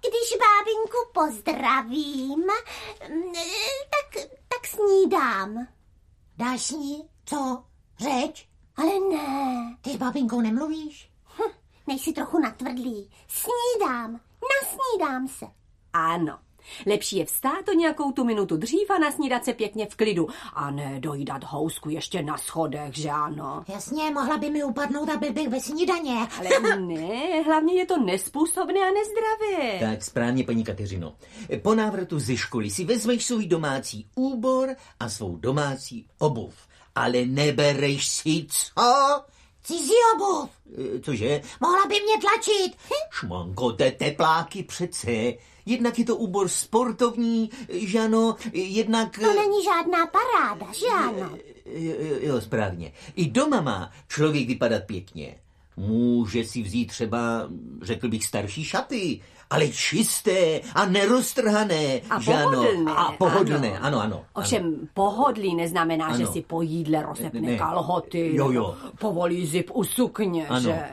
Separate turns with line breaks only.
Když bábinku pozdravím, mm, tak, tak snídám.
Dáš s ní? Co? Řeč?
Ale ne,
Ty s babinkou nemluvíš?
nejsi trochu natvrdlý. Snídám, nasnídám se.
Ano. Lepší je vstát o nějakou tu minutu dřív a nasnídat se pěkně v klidu. A ne dojídat housku ještě na schodech, že ano?
Jasně, mohla by mi upadnout a byl bych ve snídaně.
Ale ne, hlavně je to nespůsobné a nezdravé.
Tak správně, paní Kateřino. Po návratu ze školy si vezmeš svůj domácí úbor a svou domácí obuv. Ale nebereš si co?
Cizí obuv!
E, Cože?
Mohla by mě tlačit! Hm?
Šmanko, te tepláky přece. Jednak je to úbor sportovní, e, žano, jednak... e,
To není žádná paráda, že ano?
Jo, jo, jo, správně. I doma má člověk vypadat pěkně. Může si vzít třeba, řekl bych, starší šaty, ale čisté a neroztrhané.
A
že ano?
pohodlné,
A pohodlné,
ano.
ano, ano. ano.
Ovšem pohodlí neznamená, že
Ano.
si po jídle rozepne
Ne.
kalhoty,
Jo,
nebo
jo.
povolí zip u sukně,
Ano,
že?